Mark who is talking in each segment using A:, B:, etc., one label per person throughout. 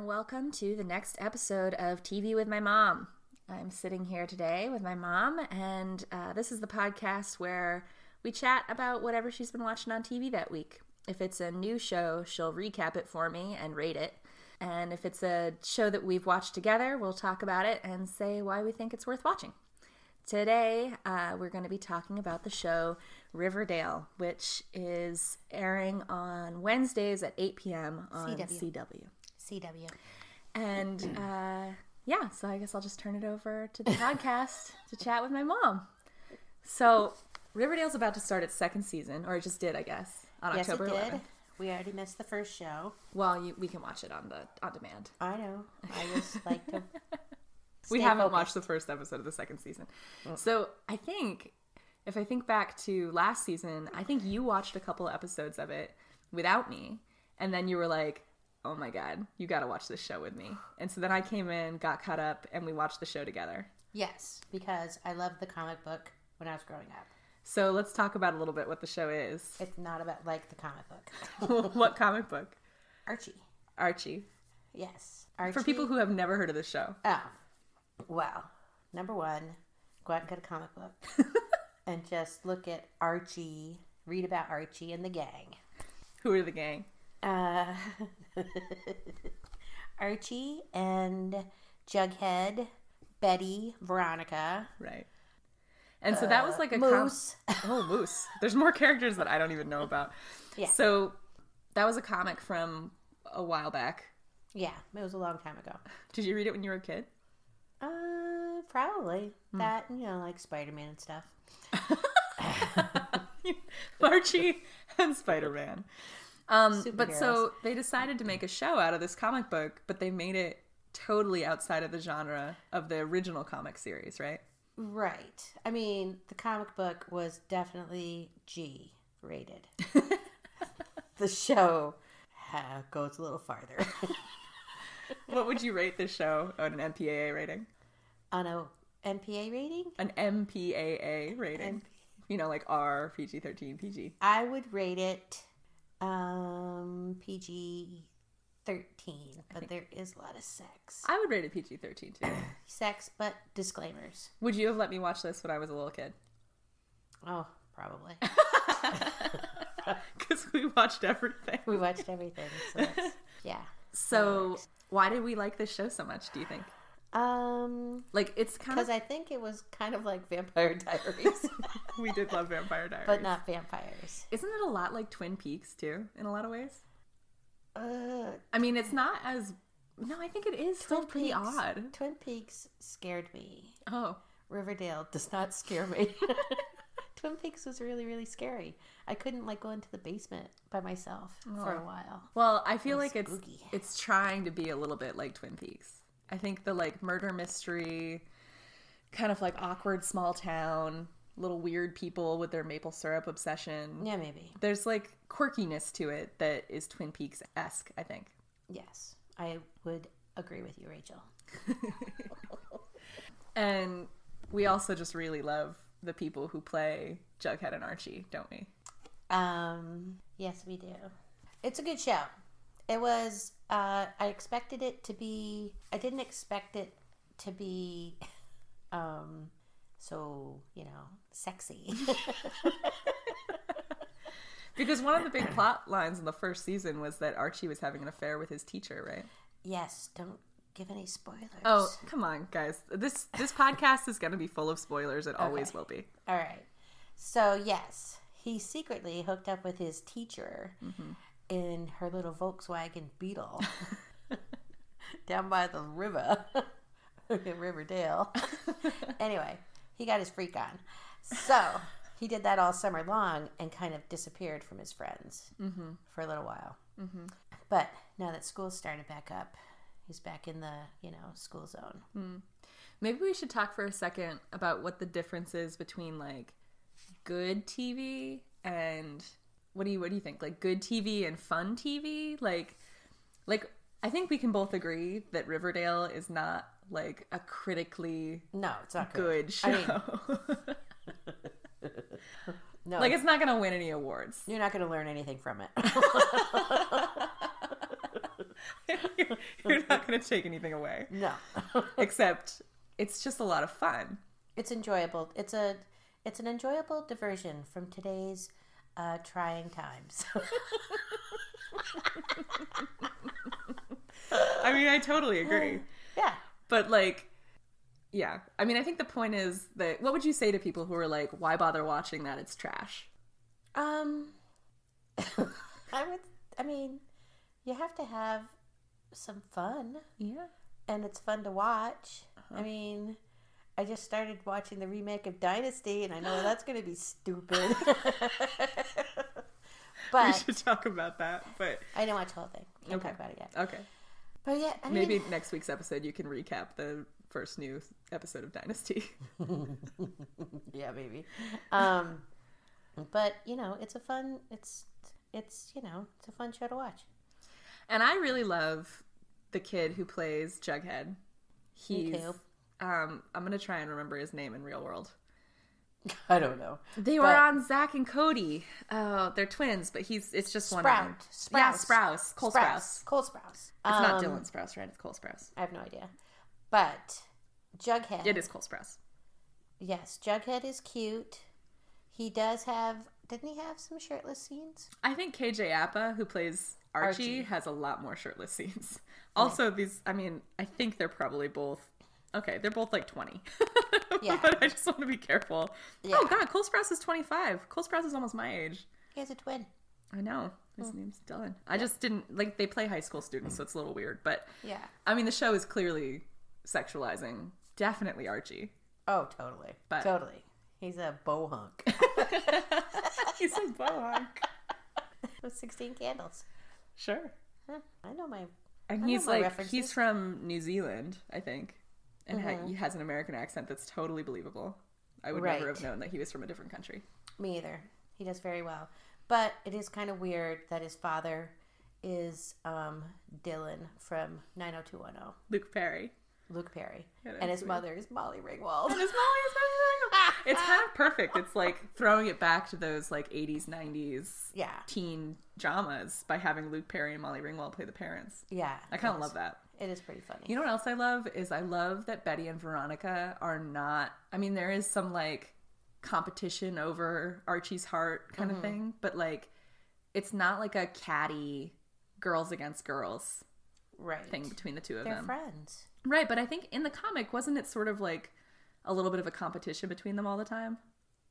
A: welcome to the next episode of TV with My Mom. I'm sitting here today with my mom, and uh, this is the podcast where we chat about whatever she's been watching on TV that week. If it's a new show, she'll recap it for me and rate it. And if it's a show that we've watched together, we'll talk about it and say why we think it's worth watching. Today, uh, we're going to be talking about the show Riverdale, which is airing on Wednesdays at 8 p.m. on
B: CW.
A: CW.
B: CW.
A: And uh, yeah, so I guess I'll just turn it over to the podcast to chat with my mom. So Riverdale's about to start its second season, or it just did, I guess, on
B: Yes,
A: October
B: it did.
A: 11th.
B: We already missed the first show.
A: Well, you, we can watch it on the on demand.
B: I know. I just like to.
A: we
B: Stay
A: haven't
B: focused. Mm.
A: watched the first episode of the second season. So I think if I think back to last season, I think you watched a couple episodes of it without me, and then you were like, "Oh my god, you got to watch this show with me." And so then I came in, got caught up, and we watched the show together.
B: Yes, because I loved the comic book when I was growing up.
A: So let's talk about a little bit what the show is.
B: It's not about like the comic book.
A: what comic book?
B: Archie.
A: Archie.
B: Yes. Archie.
A: For people who have never heard of the show.
B: Oh, well, number one, go out and get a comic book and just look at Archie, read about Archie and the gang.
A: Who are the gang?
B: Uh, Archie and Jughead, Betty, Veronica,
A: Right. And so that was like a com-
B: Uh, Moose.
A: Oh, Moose. There's more characters that I don't even know about.
B: Yeah.
A: So that was a comic from a while back.
B: yeah, it was a long time ago.
A: Did you read it when you were a kid?
B: Uh, probably that you know, like Spider Man and stuff.
A: Archie and Spider Man. Um, but so they decided to make a show out of this comic book, but they made it totally outside of the genre of the original comic series, right?
B: Right. I mean, the comic book was definitely G rated. the show uh, goes a little farther
A: What would you rate this show on an MPAA rating?
B: on a NPA rating.
A: An MPAA rating. you know, like R, PG 13, PG.
B: I would rate it um, PG thirteen, but there is a lot of sex.
A: I would rate it PG 13 too.
B: Sex, but disclaimers.
A: Would you have let me watch this when I was a little kid?
B: Oh, probably.
A: Because we watched everything.
B: we watched everything. So that's- yeah.
A: So, why did we like this show so much, do you think?
B: Um,
A: Like, it's kind
B: because
A: of.
B: I think it was kind of like Vampire Diaries,
A: we did love Vampire Diaries.
B: but not vampires.
A: Isn't it a lot like Twin Peaks, too, in a lot of ways?
B: Uh,
A: I mean, it's not as. No, I think it is still
B: Twin
A: pretty
B: Peaks-
A: odd.
B: Twin Peaks scared me.
A: Oh.
B: Riverdale does not scare me. Twin Peaks was really, really scary. I couldn't like go into the basement by myself for
A: Oh.
B: a while.
A: Well, I feel like it's
B: spooky.
A: it's trying to be a little bit like Twin Peaks. I think the like murder mystery, kind of like awkward small town, little weird people with their maple syrup obsession.
B: Yeah, maybe.
A: There's like quirkiness to it that is Twin Peaks esque. I think.
B: Yes, I would agree with you, Rachel.
A: And we also just really love the people who play Jughead and Archie, don't we?
B: Um, yes, we do. It's a good show. It was. Uh, I expected it to be. I didn't expect it to be. Um, so you know, sexy.
A: Because one of the big plot lines in the first season was that Archie was having an affair with his teacher, right?
B: yes. Don't give any spoilers.
A: Oh, come on, guys. This this podcast is going to be full of spoilers. It always will be.
B: All right. So, yes, he secretly hooked up with his teacher in her little Volkswagen Beetle down by the river in Riverdale. anyway, he got his freak on. So, he did that all summer long and kind of disappeared from his friends for a little while. But now that school's started back up, he's back in the, you know, school zone.
A: Maybe we should talk for a second about what the difference is between like good TV and what do you what do you think? Like good TV and fun TV? Like like I think we can both agree that Riverdale is not like a critically
B: No, it's not good.
A: good show.
B: I mean- No,
A: like it's not going to win any awards.
B: you're not going to learn anything from it.
A: you're, you're not going to take anything away,
B: No.
A: except it's just a lot of fun.
B: it's enjoyable. It's a it's an enjoyable diversion from today's uh, trying times.
A: I mean, I totally agree.
B: yeah.
A: But like, yeah. I mean, I think the point is that what would you say to people who are like, why bother watching that? It's trash.
B: Um I would I mean, you have to have some fun
A: Yeah.
B: and it's fun to watch.
A: Uh-huh.
B: I mean, I just started watching the remake of Dynasty and I know that's going to be stupid.
A: We
B: but
A: should talk about that. But
B: I didn't watch the whole thing. We can't
A: Okay.
B: talk about it yet.
A: okay.
B: But yeah, I mean,
A: Maybe next week's episode you can recap the first new episode of Dynasty.
B: yeah, maybe. Um, but you know, it's a fun. It's it's you know, it's a fun show to watch.
A: And I really love the kid who plays Jughead. He's
B: too.
A: um I'm gonna try and remember his name in real world.
B: I don't know.
A: They were
B: But-
A: on Zach and Cody. Oh, they're twins, but he's it's just one of them.
B: Sprout,
A: Yeah,
B: Sprouse.
A: Sprouse. Cole Sprouse.
B: Cole Sprouse.
A: It's not
B: Um,
A: Dylan Sprouse, right? It's Cole Sprouse.
B: I have no idea. But Jughead.
A: It is Cole Sprouse.
B: Yes, Jughead is cute. He does have. Didn't he have some shirtless scenes?
A: I think KJ Appa, who plays Archie,
B: Archie.
A: has a lot more shirtless scenes. Also, these, I mean, I think they're probably both, okay, they're both like 20.
B: Yeah.
A: but I just want to be careful. Oh,
B: Yeah.
A: God, Cole Sprouse is 25. Cole Sprouse is almost my age.
B: He has a twin.
A: I know. His name's Dylan. I just didn't, like, they play high school students, so it's a little weird. But,
B: Yeah.
A: I mean, the show is clearly sexualizing, definitely Archie.
B: Oh, totally.
A: But-
B: totally. He's a bohunk.
A: He's a bohunk.
B: With sixteen candles.
A: Sure.
B: Huh, I know my.
A: And
B: I
A: he's
B: know my
A: like he's
B: references. Mm-hmm.
A: from New Zealand, I think, and ha- he has an American accent that's totally believable. I would never
B: Right.
A: have known that he was from a different country.
B: Me either. He does very well. But it is kind of weird that his father is um, Dylan from 90210,
A: Luke Perry.
B: Luke Perry.
A: Yeah,
B: and
A: that's
B: his
A: weird.
B: mother is Molly
A: It's
B: Ringwald.
A: not- it's not- it's kind of perfect. It's like throwing it back to those like '80s, '90s
B: yeah.
A: teen dramas by having Luke Perry and Molly Ringwald play the parents.
B: Yeah.
A: I kind of
B: it's-
A: love that.
B: It is pretty funny.
A: You know what else I love is I love that Betty and Veronica are not. I mean, there is some like competition over Archie's heart kind
B: Mm-hmm.
A: of thing, but like it's not like a catty girls against girls
B: right.
A: thing between the two of
B: They're
A: them.
B: friends.
A: Right, but I think in the comic wasn't it sort of like a little bit of a competition between them all the time?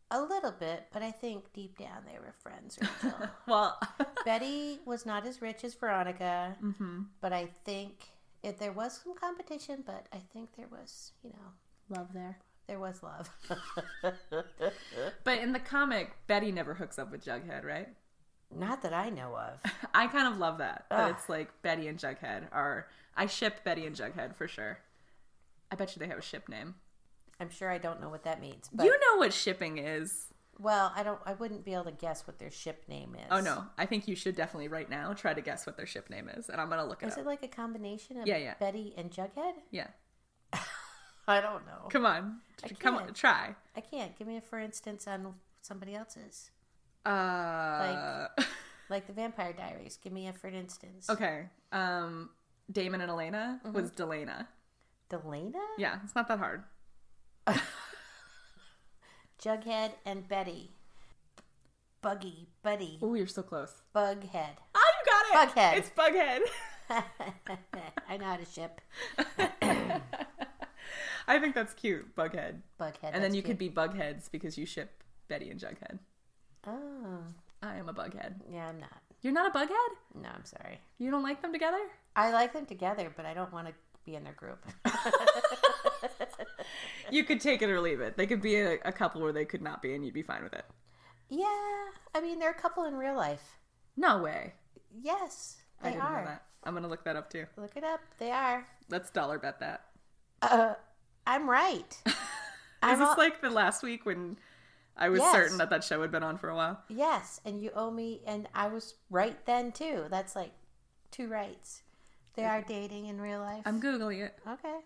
B: A little bit, but I think deep down they were friends. Rachel.
A: Well,
B: Betty was not as rich as Veronica,
A: mhm.
B: but I think if there was some competition, but I think there was, you know,
A: love there.
B: there was love.
A: But in the comic, Betty never hooks up with Jughead, right?
B: not that I know of.
A: I kind of love that. That
B: Ugh.
A: it's like Betty and Jughead are. I ship Betty and Jughead for sure. I bet you they have a ship name.
B: I'm sure I don't know what that means. But
A: you know what shipping is.
B: well, I don't. I wouldn't be able to guess what their ship name is.
A: Oh no, I think you should definitely right now try to guess what their ship name is, and I'm gonna look it
B: Is
A: up.
B: it like a combination of
A: Yeah, yeah.
B: Betty and Jughead?
A: yeah,
B: I don't know.
A: come on,
B: I
A: Tr- come on,
B: can't.
A: try.
B: I can't. Give me a for instance on somebody else's,
A: Uh,
B: like the Vampire Diaries. Give me a for instance.
A: okay. Um, Damon and Elena
B: Mm-hmm.
A: was Delana.
B: Delana,
A: Yeah, it's not that hard.
B: Jughead, and Betty. Buggy, Buddy,
A: Oh, you're so close.
B: Bughead.
A: Oh, you got it.
B: Bughead.
A: It's Bughead.
B: I know how to ship
A: I think that's cute, Bughead.
B: Bughead.
A: And then you could be Bugheads because you ship Betty and Jughead.
B: Oh,
A: I am a bughead.
B: yeah. I'm not.
A: You're not a bughead?
B: No, I'm sorry.
A: You don't like them together?
B: I like them together, but I don't want to be in their group.
A: You could take it or leave it. They could be a, a couple where they could not be, and you'd be fine with it.
B: Yeah, I mean they're a couple in real life.
A: No way.
B: Yes,
A: I
B: they
A: didn't know
B: are.
A: that. I'm gonna look that up too.
B: Look it up. They are.
A: Let's dollar bet that.
B: Uh, I'm right.
A: Is
B: I'm
A: this
B: all-
A: like the last week when I was
B: Yes.
A: certain that that show had been on for a while?
B: yes, and you owe me, and I was right then too. That's like two rights. They are dating in real life.
A: I'm googling it.
B: okay.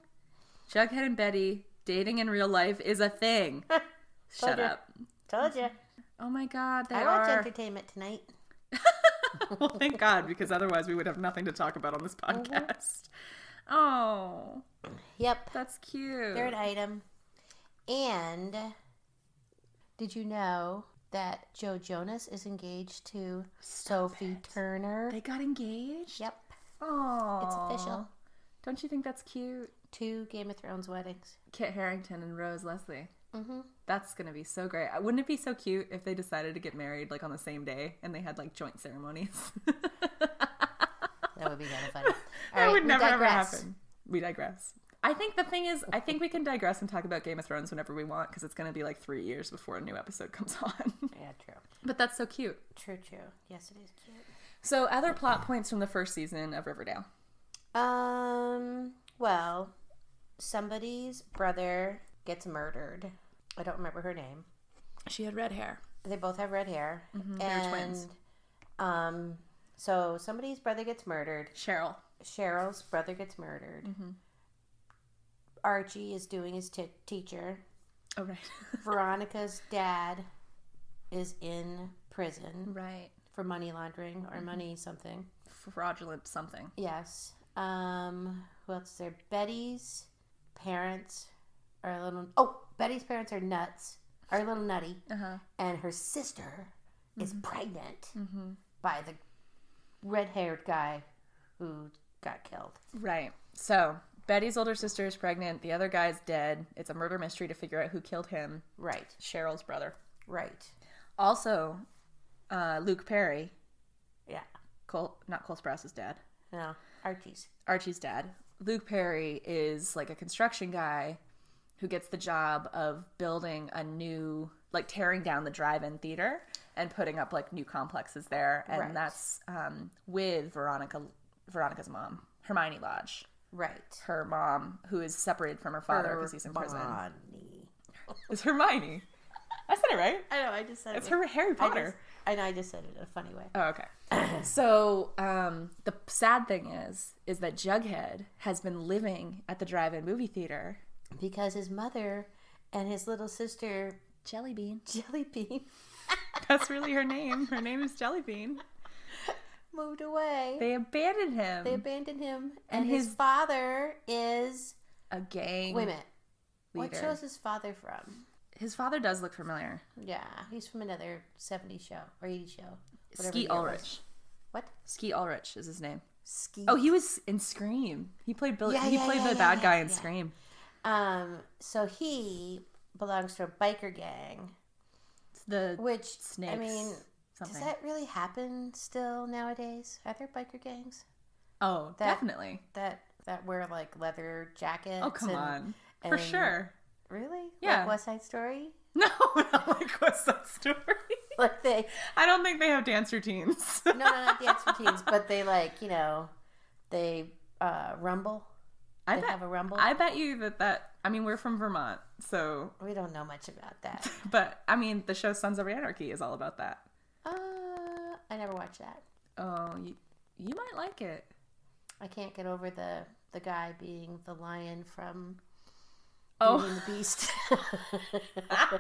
A: Jughead and Betty dating in real life is a thing. Shut
B: you.
A: up.
B: Told you.
A: Oh my god, they
B: I watch
A: are.
B: entertainment tonight.
A: well, thank God, because otherwise we would have nothing to talk about on this
B: Mm-hmm.
A: podcast. Oh,
B: Yep.
A: that's cute.
B: Third item. And did you know that Joe Jonas is engaged to Sophie Turner?
A: They got engaged.
B: Yep.
A: Oh,
B: It's official.
A: Don't you think that's cute?
B: Two Game of Thrones weddings.
A: Kit Harrington and Rose Leslie.
B: Mm-hmm.
A: That's gonna be so great. Uh, Wouldn't it be so cute if they decided to get married like on the same day and they had like joint ceremonies?
B: That would be kind of funny. All
A: that
B: right,
A: would
B: we
A: never ever
B: digress.
A: happen. We digress. I think the thing is, I think we can digress and talk about Game of Thrones whenever we want because it's gonna be like three years before a new episode comes on.
B: Yeah, true.
A: but that's so cute.
B: True, true. Yes, it is cute.
A: So other plot points from the first season of Riverdale.
B: Um, well, somebody's brother gets murdered. I don't remember her name.
A: She had red hair.
B: They both have red hair.
A: Mm-hmm. they're
B: and,
A: twins.
B: Um, so somebody's brother gets murdered.
A: Cheryl.
B: Cheryl's brother gets murdered.
A: Mm-hmm.
B: Archie is doing his t- teacher.
A: Oh right.
B: Veronica's dad is in prison
A: right.
B: for money laundering or money something.
A: Fraudulent something.
B: Yes. Um, who else is there? Betty's parents are a little. Oh, Betty's parents are nuts. Are a little nutty,
A: Uh huh.
B: and her sister is pregnant by the red-haired guy who got killed.
A: Right. So Betty's older sister is pregnant. The other guy's dead. It's a murder mystery to figure out who killed him.
B: Right.
A: Cheryl's brother.
B: Right.
A: Also, uh, Luke Perry,
B: Yeah.
A: Cole, not Cole Sprouse's dad,
B: No. Archie's.
A: Archie's dad. Luke Perry is like a construction guy who gets the job of building a new, like tearing down the drive-in theater and putting up like new complexes there, and
B: Right.
A: that's um, with Veronica, Veronica's mom, Hermione Lodge.
B: Right.
A: Her mom, who is separated from her father because he's in prison,
B: Bonnie.
A: is Hermione. I said it right.
B: I know. I just said
A: It's
B: it.
A: her Harry
B: I
A: Potter.
B: just, I know. I just said it in a funny way.
A: Oh, okay. so um, the sad thing is, is that Jughead has been living at the drive-in movie theater.
B: Because his mother and his little sister
A: Jellybean.
B: Jellybean
A: That's really her name. Her name is Jellybean.
B: moved away.
A: They abandoned him.
B: They abandoned him, and,
A: And
B: his,
A: his-
B: father is.
A: a gang.
B: Wait a minute. What
A: leader.
B: show is his father from?
A: His father does look familiar.
B: Yeah, he's from another '70s show or '80s show. whatever
A: Ski
B: year it was.
A: Ulrich.
B: What?
A: Ski Ulrich is his name.
B: Ski.
A: Oh, he was in Scream. He played Bill.
B: Yeah,
A: he
B: yeah,
A: played
B: yeah,
A: the
B: yeah,
A: bad
B: yeah,
A: guy in
B: yeah.
A: Scream.
B: Um. So he belongs to a biker gang,
A: It's the
B: which
A: snakes.
B: I mean,
A: something.
B: does that really happen still nowadays? Are there biker gangs
A: oh,
B: that-
A: definitely.
B: that that wear like leather jackets?
A: Oh, come
B: and-
A: on. For
B: and-
A: sure.
B: Really?
A: Yeah.
B: Like West Side Story?
A: No, not like West Side Story.
B: Like they
A: I don't think they have dance routines.
B: no, no, not dance routines, but they like you know, they uh, rumble.
A: I
B: they
A: bet.
B: have a rumble.
A: I bet you that that. I mean, we're from Vermont, so.
B: we don't know much about that.
A: But I mean, the show Sons of Anarchy is all about that.
B: uh, I never watched that.
A: Oh, you, you might like it.
B: I can't get over the the guy being the lion from Beauty
A: Oh,
B: and the Beast.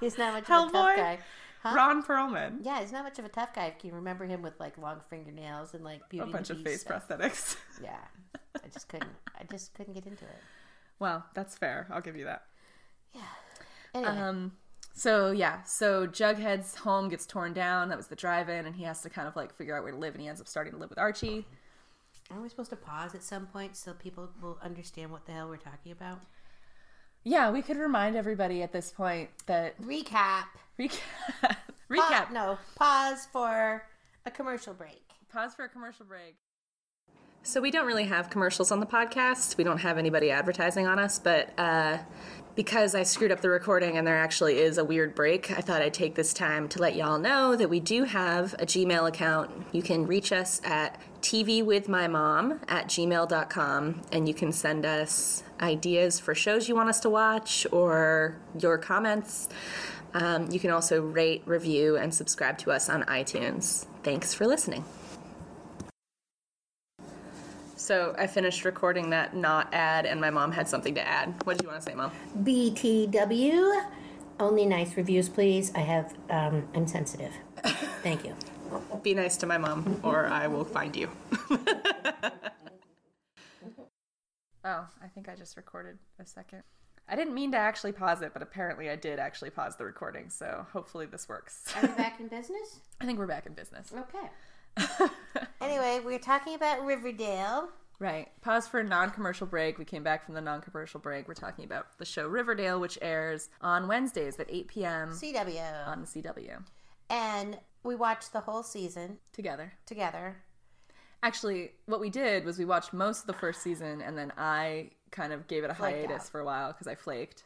B: he's not much of a
A: Hellboy?
B: tough guy. Huh?
A: Ron Perlman.
B: Yeah, he's not much of a tough guy. If you remember him with like long fingernails and like
A: A
B: Beauty
A: bunch
B: and
A: of
B: the
A: face
B: Beast. stuff.
A: prosthetics.
B: Yeah, I just couldn't. I just couldn't get into it.
A: Well, that's fair. I'll give you that.
B: Anyway,
A: Um, so yeah, so Jughead's home gets torn down. That was the drive-in, and he has to kind of like figure out where to live, and he ends up starting to live with Archie.
B: Are we supposed to pause at some point so people will understand what the hell we're talking about?
A: Yeah, we could remind everybody at this point that
B: Recap.
A: recap. recap.
B: Pa- no, pause for a commercial break.
A: Pause for a commercial break. So we don't really have commercials on the podcast. We don't have anybody advertising on us, but uh, because I screwed up the recording and there actually is a weird break, I thought I'd take this time to let y'all know that we do have a Gmail account. You can reach us at tvwithmymom at gmail.com and you can send us ideas for shows you want us to watch or your comments. Um, you can also rate, review, and subscribe to us on iTunes. Thanks for listening. So I finished recording that not ad, and my mom had something to add. What did you want to say, mom?
B: BTW. Only nice reviews, please. I have, um, I'm sensitive. Thank you.
C: Be nice to my mom, or I will find you.
A: Oh, I think I just recorded a second. I didn't mean to actually pause it, but apparently I did actually pause the recording, so hopefully this works.
B: Are we back in business?
A: I think we're back in business.
B: Okay. Anyway, we we're talking about Riverdale.
A: right. Pause for a non commercial break. We came back from the non commercial break. We're talking about the show Riverdale, which airs on Wednesdays at 8 p.m.
B: CW.
A: on the CW
B: And we watched the whole season
A: together.
B: together.
A: Actually, what we did was we watched most of the first season, and then I kind of gave it Mm-hmm. a
B: Flaked
A: hiatus
B: out.
A: for a while because I flaked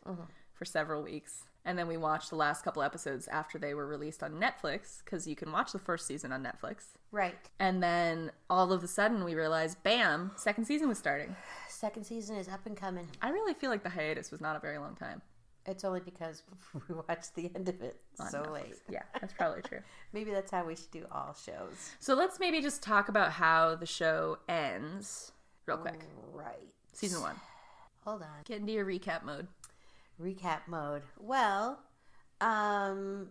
A: for several weeks. And then we watched the last couple episodes after they were released on Netflix because you can watch the first season on Netflix.
B: Right.
A: And then all of a sudden we realized, bam, second season was starting.
B: Second season is up and coming.
A: I really feel like the hiatus was not a very long time.
B: It's only because we watched the end of it
A: on
B: so
A: Netflix.
B: late.
A: Yeah, that's probably true.
B: Maybe that's how we should do all shows.
A: So let's maybe just talk about how the show ends real quick.
B: Right.
A: Season one.
B: Hold on.
A: Get into your recap mode.
B: recap mode. Well, um,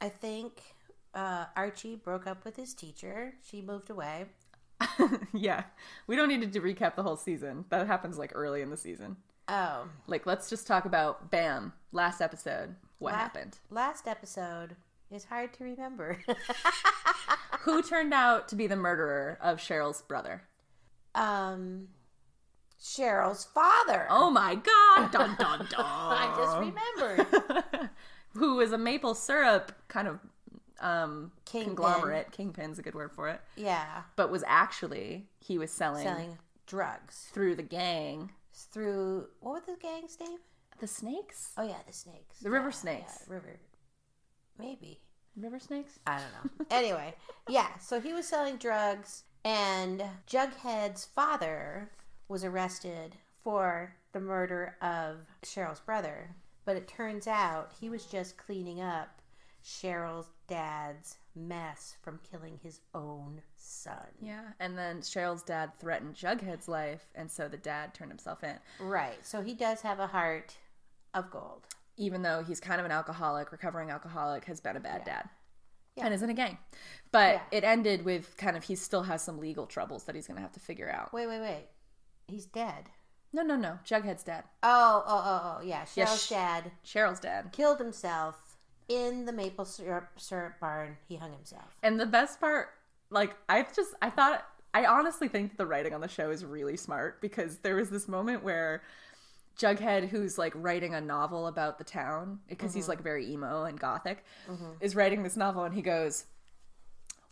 B: I think uh, Archie broke up with his teacher. She moved away.
A: yeah. We don't need to do- recap the whole season. That happens like early in the season.
B: Oh,
A: Like, let's just talk about bam, last episode. What
B: la-
A: happened?
B: Last episode is hard to remember.
A: Who turned out to be the murderer of Cheryl's brother?
B: um, Cheryl's father.
A: Oh my god! Dun dun
B: I just
A: dun!
B: remembered.
A: Who is a maple syrup kind of um,
B: Kingpin.
A: conglomerate? Kingpin's a good word for it.
B: yeah,
A: But was actually he was selling,
B: selling drugs
A: through the gang
B: through what was the gang's name?
A: the snakes,
B: Oh yeah, the snakes.
A: The river
B: Yeah,
A: snakes.
B: Yeah, river. Maybe.
A: river snakes.
B: I don't know. anyway, yeah, so he was selling drugs, and Jughead's father was arrested for the murder of Cheryl's brother. But it turns out he was just cleaning up Cheryl's dad's mess from killing his own son.
A: Yeah, and then Cheryl's dad threatened Jughead's life, and so the dad turned himself in.
B: Right, so he does have a heart of gold.
A: even though he's kind of an alcoholic, recovering alcoholic, has been a bad dad
B: Yeah.
A: and is in a gang. But
B: Yeah.
A: it ended with kind of he still has some legal troubles that he's going to have to figure out.
B: Wait, wait, wait. He's dead.
A: No, no, no. Jughead's dad,
B: Oh, oh, oh, oh, yeah. Cheryl's
A: Yeah, sh-
B: dad
A: Cheryl's dad.
B: killed himself in the maple syrup, syrup barn. He hung himself.
A: And the best part, like, I just, I thought, I honestly think that the writing on the show is really smart because there was this moment where Jughead, who's like writing a novel about the town, because he's like very emo and gothic, is writing this novel and he goes,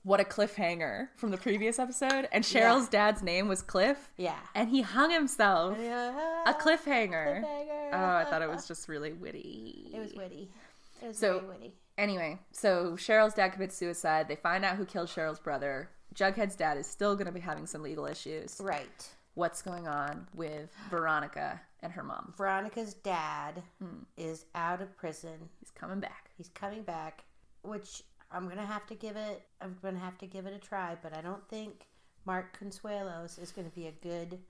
A: What a cliffhanger from the previous episode. And Cheryl's dad's name was Cliff.
B: Yeah.
A: And he hung himself. A
B: A
A: cliffhanger.
B: cliffhanger.
A: Oh, I thought it was just really witty.
B: It was witty. It was
A: So-
B: very witty.
A: Anyway, so Cheryl's dad commits suicide. They find out who killed Cheryl's brother. Jughead's dad is still going to be having some legal issues.
B: Right.
A: What's going on with Veronica and her mom?
B: Veronica's dad is out of prison.
A: He's coming back.
B: He's coming back, which I'm gonna have to give it. I'm gonna have to give it a try, but I don't think Mark Consuelos is gonna be a good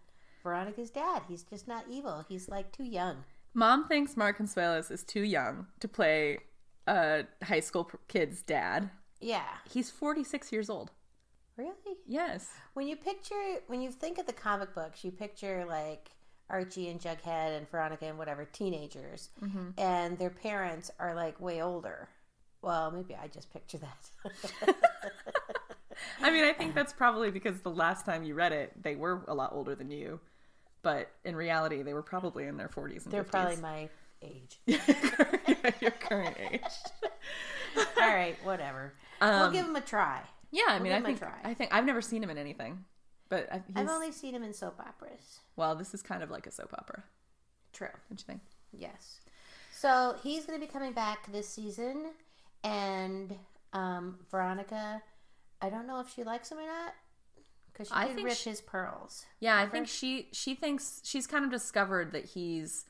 B: Veronica's dad. He's just not evil. He's like too young.
A: Mom thinks Mark Consuelos is too young to play a high school pr- kid's dad.
B: Yeah.
A: He's 46 years old.
B: Really?
A: Yes.
B: When you picture, when you think of the comic books, you picture like Archie and Jughead and Veronica and whatever teenagers,
A: Mm-hmm.
B: and their parents are like way older. Well, maybe I just picture that.
A: I mean, I think that's probably because the last time you read it, they were a lot older than you. But in reality, they were probably in their 40s and
B: They're
A: 50s.
B: probably my age.
A: your current age.
B: All right, whatever.
A: Um,
B: we'll give them a try.
A: Yeah, I mean, I
B: give him a
A: think
B: try.
A: I think I've never seen him in anything, but I, he's,
B: I've only seen him in soap operas.
A: well, this is kind of like a soap opera,
B: True.
A: don't you think?
B: Yes. So he's going to be coming back this season, and um, Veronica, I don't know if she likes him or not, because she
A: I
B: did
A: think
B: rip
A: she-
B: his pearls.
A: Yeah, I think she she thinks she's kind of discovered that he's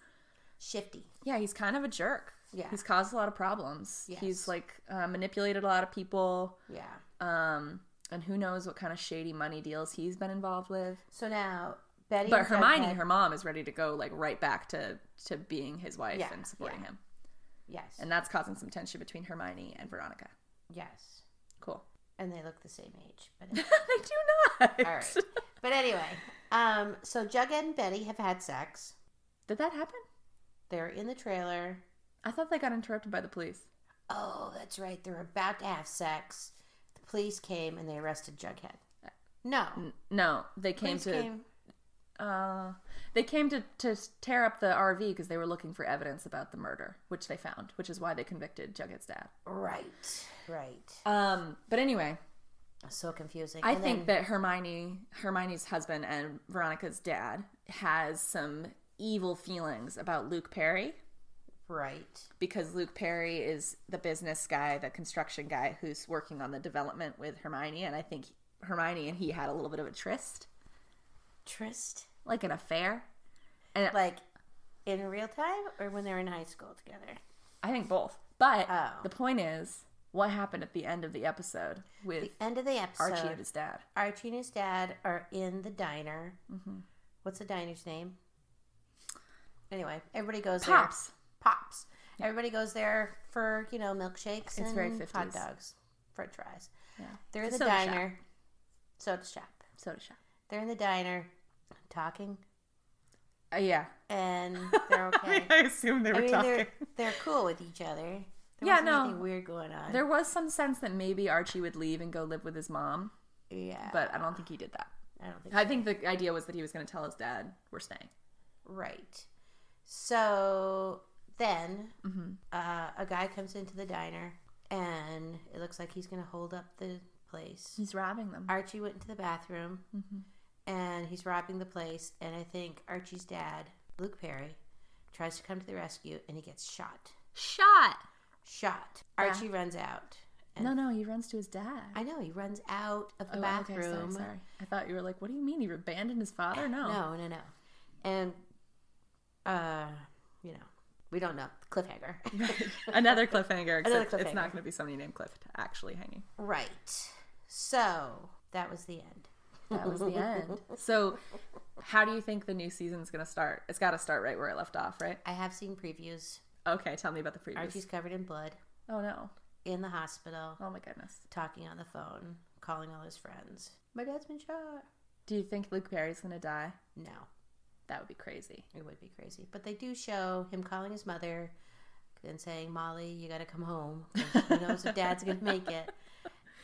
B: Shifty.
A: yeah he's kind of a jerk.
B: Yeah.
A: he's caused a lot of problems.
B: Yes.
A: He's like uh, manipulated a lot of people,
B: Yeah.
A: um, and who knows what kind of shady money deals he's been involved with.
B: So now Betty.
A: But
B: and
A: Hermione,
B: Jughead-
A: her mom, is ready to go like right back to to being his wife
B: Yeah,
A: and supporting
B: yeah.
A: him,
B: Yes.
A: and that's causing some tension between Hermione and Veronica.
B: yes.
A: Cool.
B: and they look the same age. But
A: they do not.
B: all right. But anyway, um, so Jughead and Betty have had sex.
A: Did that happen?
B: They're in the trailer.
A: I thought they got interrupted by the police.
B: Oh, that's right. They're about to have sex. The police came and they arrested Jughead. No,
A: N- no, they came
B: police
A: to. Uh, they came to, to tear up the RV because they were looking for evidence about the murder, which they found, which is why they convicted Jughead's dad.
B: right, right.
A: Um, but anyway,
B: So confusing.
A: I
B: And
A: think
B: then-
A: that Hermione, Hermione's husband, and Veronica's dad has some evil feelings about Luke Perry
B: right,
A: because Luke Perry is the business guy, the construction guy who's working on the development with Hermione, and I think Hermione and he had a little bit of a tryst,
B: Trist,
A: like an affair. And
B: like in real time or when they're in high school together.
A: I think both. But
B: Oh.
A: the point is, what happened at the end of the episode with
B: The end of the episode.
A: Archie and his dad?
B: Archie and his dad are in the diner.
A: Mm-hmm.
B: What's the diner's name? Anyway, everybody goes
A: Pops.
B: there. Pops. Everybody goes there for you know milkshakes
A: It's
B: and
A: very
B: hot
A: 50s.
B: dogs, French fries.
A: Yeah.
B: They're in
A: It's
B: the
A: a soda shop.
B: diner. Soda shop.
A: Soda shop.
B: They're in the diner, talking,
A: Uh, yeah.
B: and they're okay.
C: I assume they were
B: I mean,
C: talking.
B: they're they're cool with each other. There
A: Yeah,
B: wasn't
A: no.
B: anything weird going on.
A: There was some sense that maybe Archie would leave and go live with his mom,
B: yeah,
A: but I don't think he did that.
B: I don't think
A: I think the idea was that he was going to tell his dad, we're staying.
B: Right. So then
A: Mm-hmm.
B: uh, a guy comes into the diner and it looks like he's going to hold up the place.
A: He's robbing them.
B: Archie went into the bathroom
A: Mm-hmm.
B: and he's robbing the place. And I think Archie's dad, Luke Perry, tries to come to the rescue and he gets shot.
A: Shot!
B: Shot.
A: Yeah.
B: Archie runs out. And
A: No, no, he runs to his dad.
B: I know he runs out of the
A: Oh, okay,
B: bathroom.
A: sorry, sorry, Oh. I thought you were like, what do you mean? He abandoned his father? No.
B: No, no, no. And, uh, you know, we don't know. Cliffhanger.
A: Another cliffhanger, except
B: Another
A: it's not
B: cliffhanger.
A: going to be somebody named Cliff actually hanging.
B: Right. So that was the end.
A: That was the end. So, how do you think the new season's going to start? It's got to start right where it left off, right?
B: I have seen previews.
A: Okay, tell me about the previews.
B: Archie's covered in blood
A: Oh no!
B: in the hospital,
A: Oh my goodness!
B: talking on the phone, calling all his friends. My dad's been shot.
A: Do you think Luke Perry's going to die?
B: No,
A: That would be crazy.
B: it would be crazy. But they do show him calling his mother and saying, Molly, you got to come home. 'cause Who knows if dad's going to make it?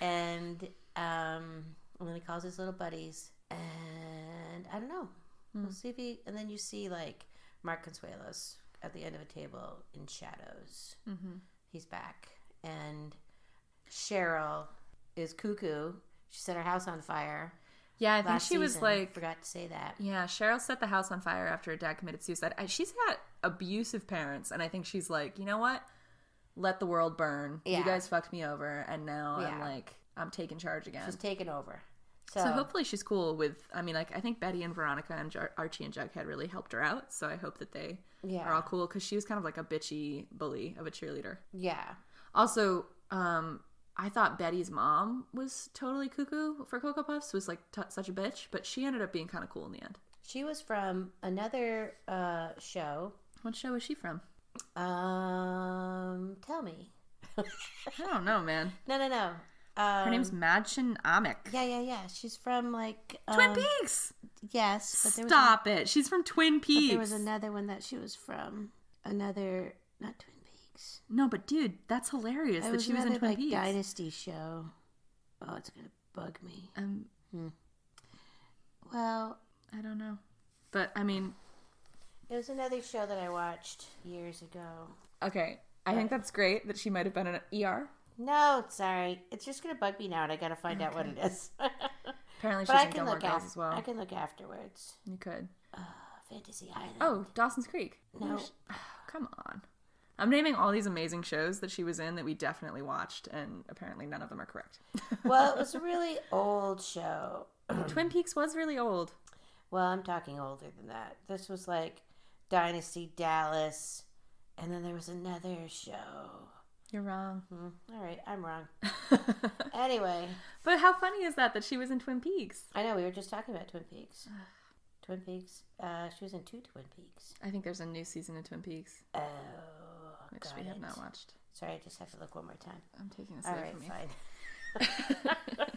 B: And, um, and then he calls his little buddies. And I don't know.
A: Hmm.
B: We'll see if he. And then you see, like, Mark Consuelos at the end of a table in shadows.
A: Mm-hmm.
B: He's back. And Cheryl is cuckoo. She set her house on fire.
A: Yeah, I think
B: Last
A: she was
B: season.
A: like,
B: forgot to say that.
A: yeah, Cheryl set the house on fire after her dad committed suicide. And She's got abusive parents, and I think she's like, you know what? Let the world burn. You
B: Yeah.
A: guys fucked me over, and now I'm
B: Yeah.
A: like, I'm taking charge again.
B: She's taken over. So,
A: so hopefully she's cool with. I mean, like I think Betty and Veronica and Jar- Archie and Jughead really helped her out. So I hope that they
B: yeah.
A: are all cool because she was kind of like a bitchy bully of a cheerleader.
B: Yeah.
A: Also, um, I thought Betty's mom was totally cuckoo for Cocoa Puffs, was like t- such a bitch, but she ended up being kind of cool in the end.
B: She was from another uh, show.
A: What show was she from?
B: Um, tell me.
A: I don't know, man.
B: No, no, no. Um,
A: Her name's Madchen Amick.
B: Yeah, yeah, yeah. She's from like um,
A: Twin Peaks!
B: Yes, but there was
A: Stop it. She's from Twin
B: a-
A: Peaks.
B: there was another one that she was from. Another, not Twin Peaks.
A: no, but dude, that's hilarious
B: It
A: that
B: was
A: she was in
B: another
A: Twin
B: like
A: Peaks.
B: Dynasty show. Oh, it's gonna bug me.
A: um,
B: Well,
A: I don't know. But I mean,
B: it was another show that I watched years ago.
A: okay. I think that's great that she might have been in ER.
B: No, sorry. It's just gonna bug me now, and I gotta find out what it is.
A: Apparently, she's
B: but I
A: in
B: can
A: Gilmore
B: look
A: Girls
B: after.
A: as well.
B: I can look afterwards.
A: You could.
B: Fantasy Island.
A: Oh, Dawson's Creek. Oh,
B: No.
A: Sh- Come on. I'm naming all these amazing shows that she was in that we definitely watched, and apparently none of them are correct.
B: well, it was a really old show.
A: Twin Peaks was really old.
B: Well, I'm talking older than that. This was like Dynasty Dallas, and then there was another show.
A: You're wrong.
B: Hmm. All right, I'm wrong. Anyway,
A: but how funny is that that she was in Twin Peaks?
B: I know we were just talking about Twin Peaks. Twin Peaks. Uh, she was in two Twin Peaks.
A: I think there's a new season of Twin Peaks,
B: Oh,
A: which
B: got
A: we have
B: it.
A: not watched.
B: Sorry, I just have to look one more time.
A: I'm taking this
B: All
A: away
B: right,
A: from you.
B: fine.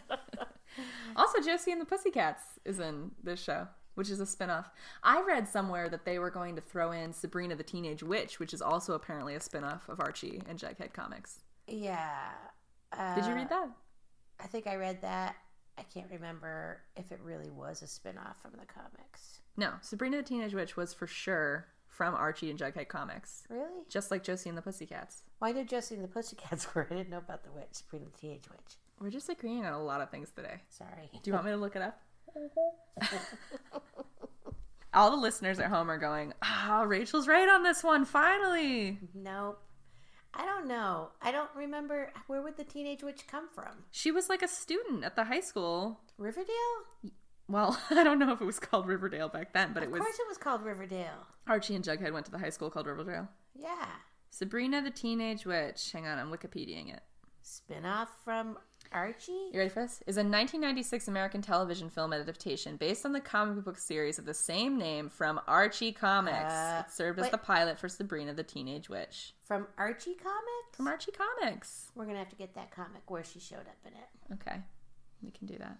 A: Also, Josie and the Pussycats is in this show, which is a spinoff. I read somewhere that they were going to throw in Sabrina the Teenage Witch, which is also apparently a spinoff of Archie and Jughead Comics.
B: Yeah. Uh,
A: Did you read that?
B: I think I read that. I can't remember if it really was a spin off from the comics.
A: No, Sabrina the Teenage Witch was for sure from Archie and Jughead Comics,
B: Really?
A: just like Josie and the Pussycats.
B: Why did Josie and the Pussycats were? I didn't know about the witch, Sabrina the Teenage Witch.
A: We're just agreeing on a lot of things today.
B: Sorry.
A: Do you want me to look it up? All the listeners at home are going, ah, Rachel's right on this one, finally.
B: Nope. I don't know. I don't remember. Where would the Teenage Witch come from?
A: She was like a student at the high school
B: Riverdale?
A: Well, I don't know if it was called Riverdale back then, but it
B: of
A: was
B: course it was called Riverdale.
A: Archie and Jughead went to the high school called Riverdale.
B: Yeah.
A: Sabrina the Teenage Witch, hang on, I'm Wikipediaing it.
B: Spin off from Archie?
A: You ready for this? Is a 1996 American television film adaptation based on the comic book series of the same name from Archie Comics.
B: Uh,
A: it served as
B: wait.
A: the pilot for Sabrina the Teenage Witch
B: From Archie Comics?
A: from Archie Comics.
B: We're going to have to get that comic where she showed up in it.
A: Okay, we can do that.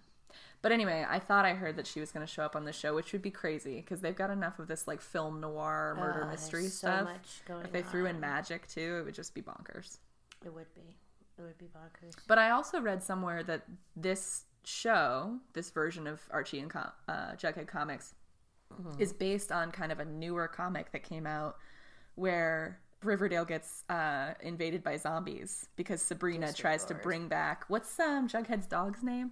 A: But anyway, I thought I heard that she was going to show up on the show, which would be crazy because they've got enough of this like film noir murder
B: Uh,
A: mystery
B: there's
A: stuff.
B: So much going
A: If they threw in
B: on.
A: magic too, it would just be bonkers.
B: It would be. It would be bonkers.
A: But I also read somewhere that this show, this version of Archie and Com- uh, Jughead Comics,
B: Mm-hmm.
A: is based on kind of a newer comic that came out where Riverdale gets uh, invaded by zombies because Sabrina
B: Dear
A: tries
B: Lord.
A: to bring back what's um, Jughead's dog's name?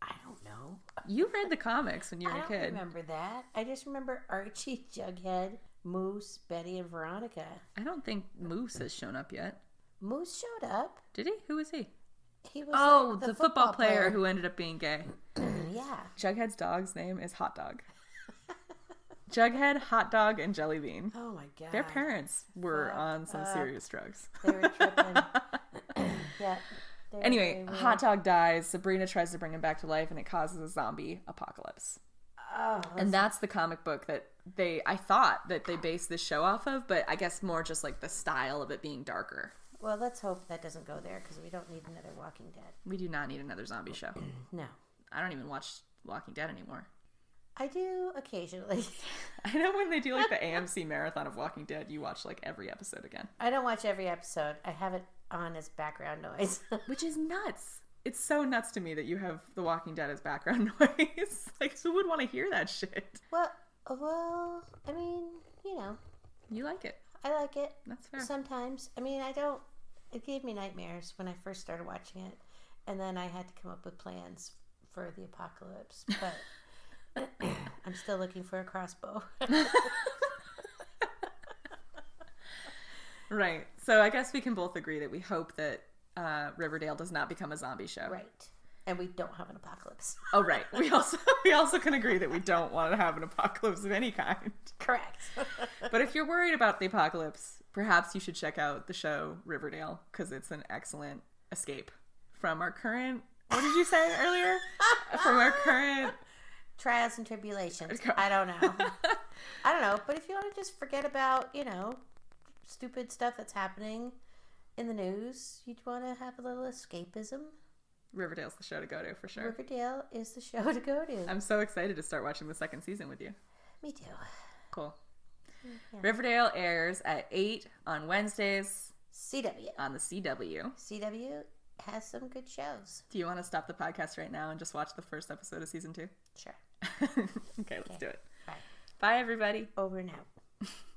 B: I don't know.
A: You read the comics when you were
B: I
A: a
B: don't
A: kid.
B: remember that. I just remember Archie, Jughead, Moose, Betty, and Veronica.
A: I don't think Moose has shown up yet.
B: Moose showed up.
A: Did he? Who is he?
B: He was
A: Oh,
B: like,
A: the, football player who ended up being gay.
B: who. yeah.
A: Jughead's dog's name is Hot Dog. Jughead, Hot Dog, and Jelly Bean.
B: Oh my god.
A: Their parents were
B: Fuck
A: on some
B: up.
A: serious drugs.
B: They were tripping. yeah. they were
A: Anyway,
B: very
A: Hot Dog dies. Sabrina tries to bring him back to life, and it causes a zombie apocalypse.
B: weird. Oh,
A: And that's the comic book that they, I thought that they based this show off of, but I guess more just like the style of it being darker.
B: well, let's hope that doesn't go there because we don't need another Walking Dead.
A: We do not need another zombie show.
B: No.
A: I don't even watch Walking Dead anymore.
B: I do occasionally.
A: I know when they do like the AMC marathon of Walking Dead, you watch like every episode again.
B: I don't watch every episode. I have it on as background noise.
A: which is nuts. It's so nuts to me that you have The Walking Dead as background noise. like, who would want to hear that shit?
B: well, well, I mean, you know,
A: You like it.
B: I like it.
A: That's fair.
B: Sometimes, I mean, I don't. It gave me nightmares when I first started watching it, and then I had to come up with plans for the apocalypse. But I'm still looking for a crossbow.
A: right. So I guess we can both agree that we hope that uh, Riverdale does not become a zombie show.
B: right, and we don't have an apocalypse.
A: Oh, right. We also we also can agree that we don't want to have an apocalypse of any kind.
B: Correct.
A: But if you're worried about the apocalypse, perhaps you should check out the show Riverdale because it's an excellent escape from our current. What did you say earlier? from our current
B: Trials and tribulations.
A: Cor-
B: I don't know. I don't know. But if you want to just forget about, you know, stupid stuff that's happening in the news, you'd want to have a little escapism.
A: Riverdale's the show to go to for sure.
B: Riverdale is the show to go to.
A: I'm so excited to start watching the second season with you.
B: Me too.
A: Cool. Riverdale airs at 8 on Wednesdays
B: CW.
A: on the CW.
B: CW has some good shows.
A: Do you want to stop the podcast right now and just watch the first episode of season two?
B: Sure.
A: okay, let's do it.
B: Bye.
A: Bye, everybody.
B: Over and out.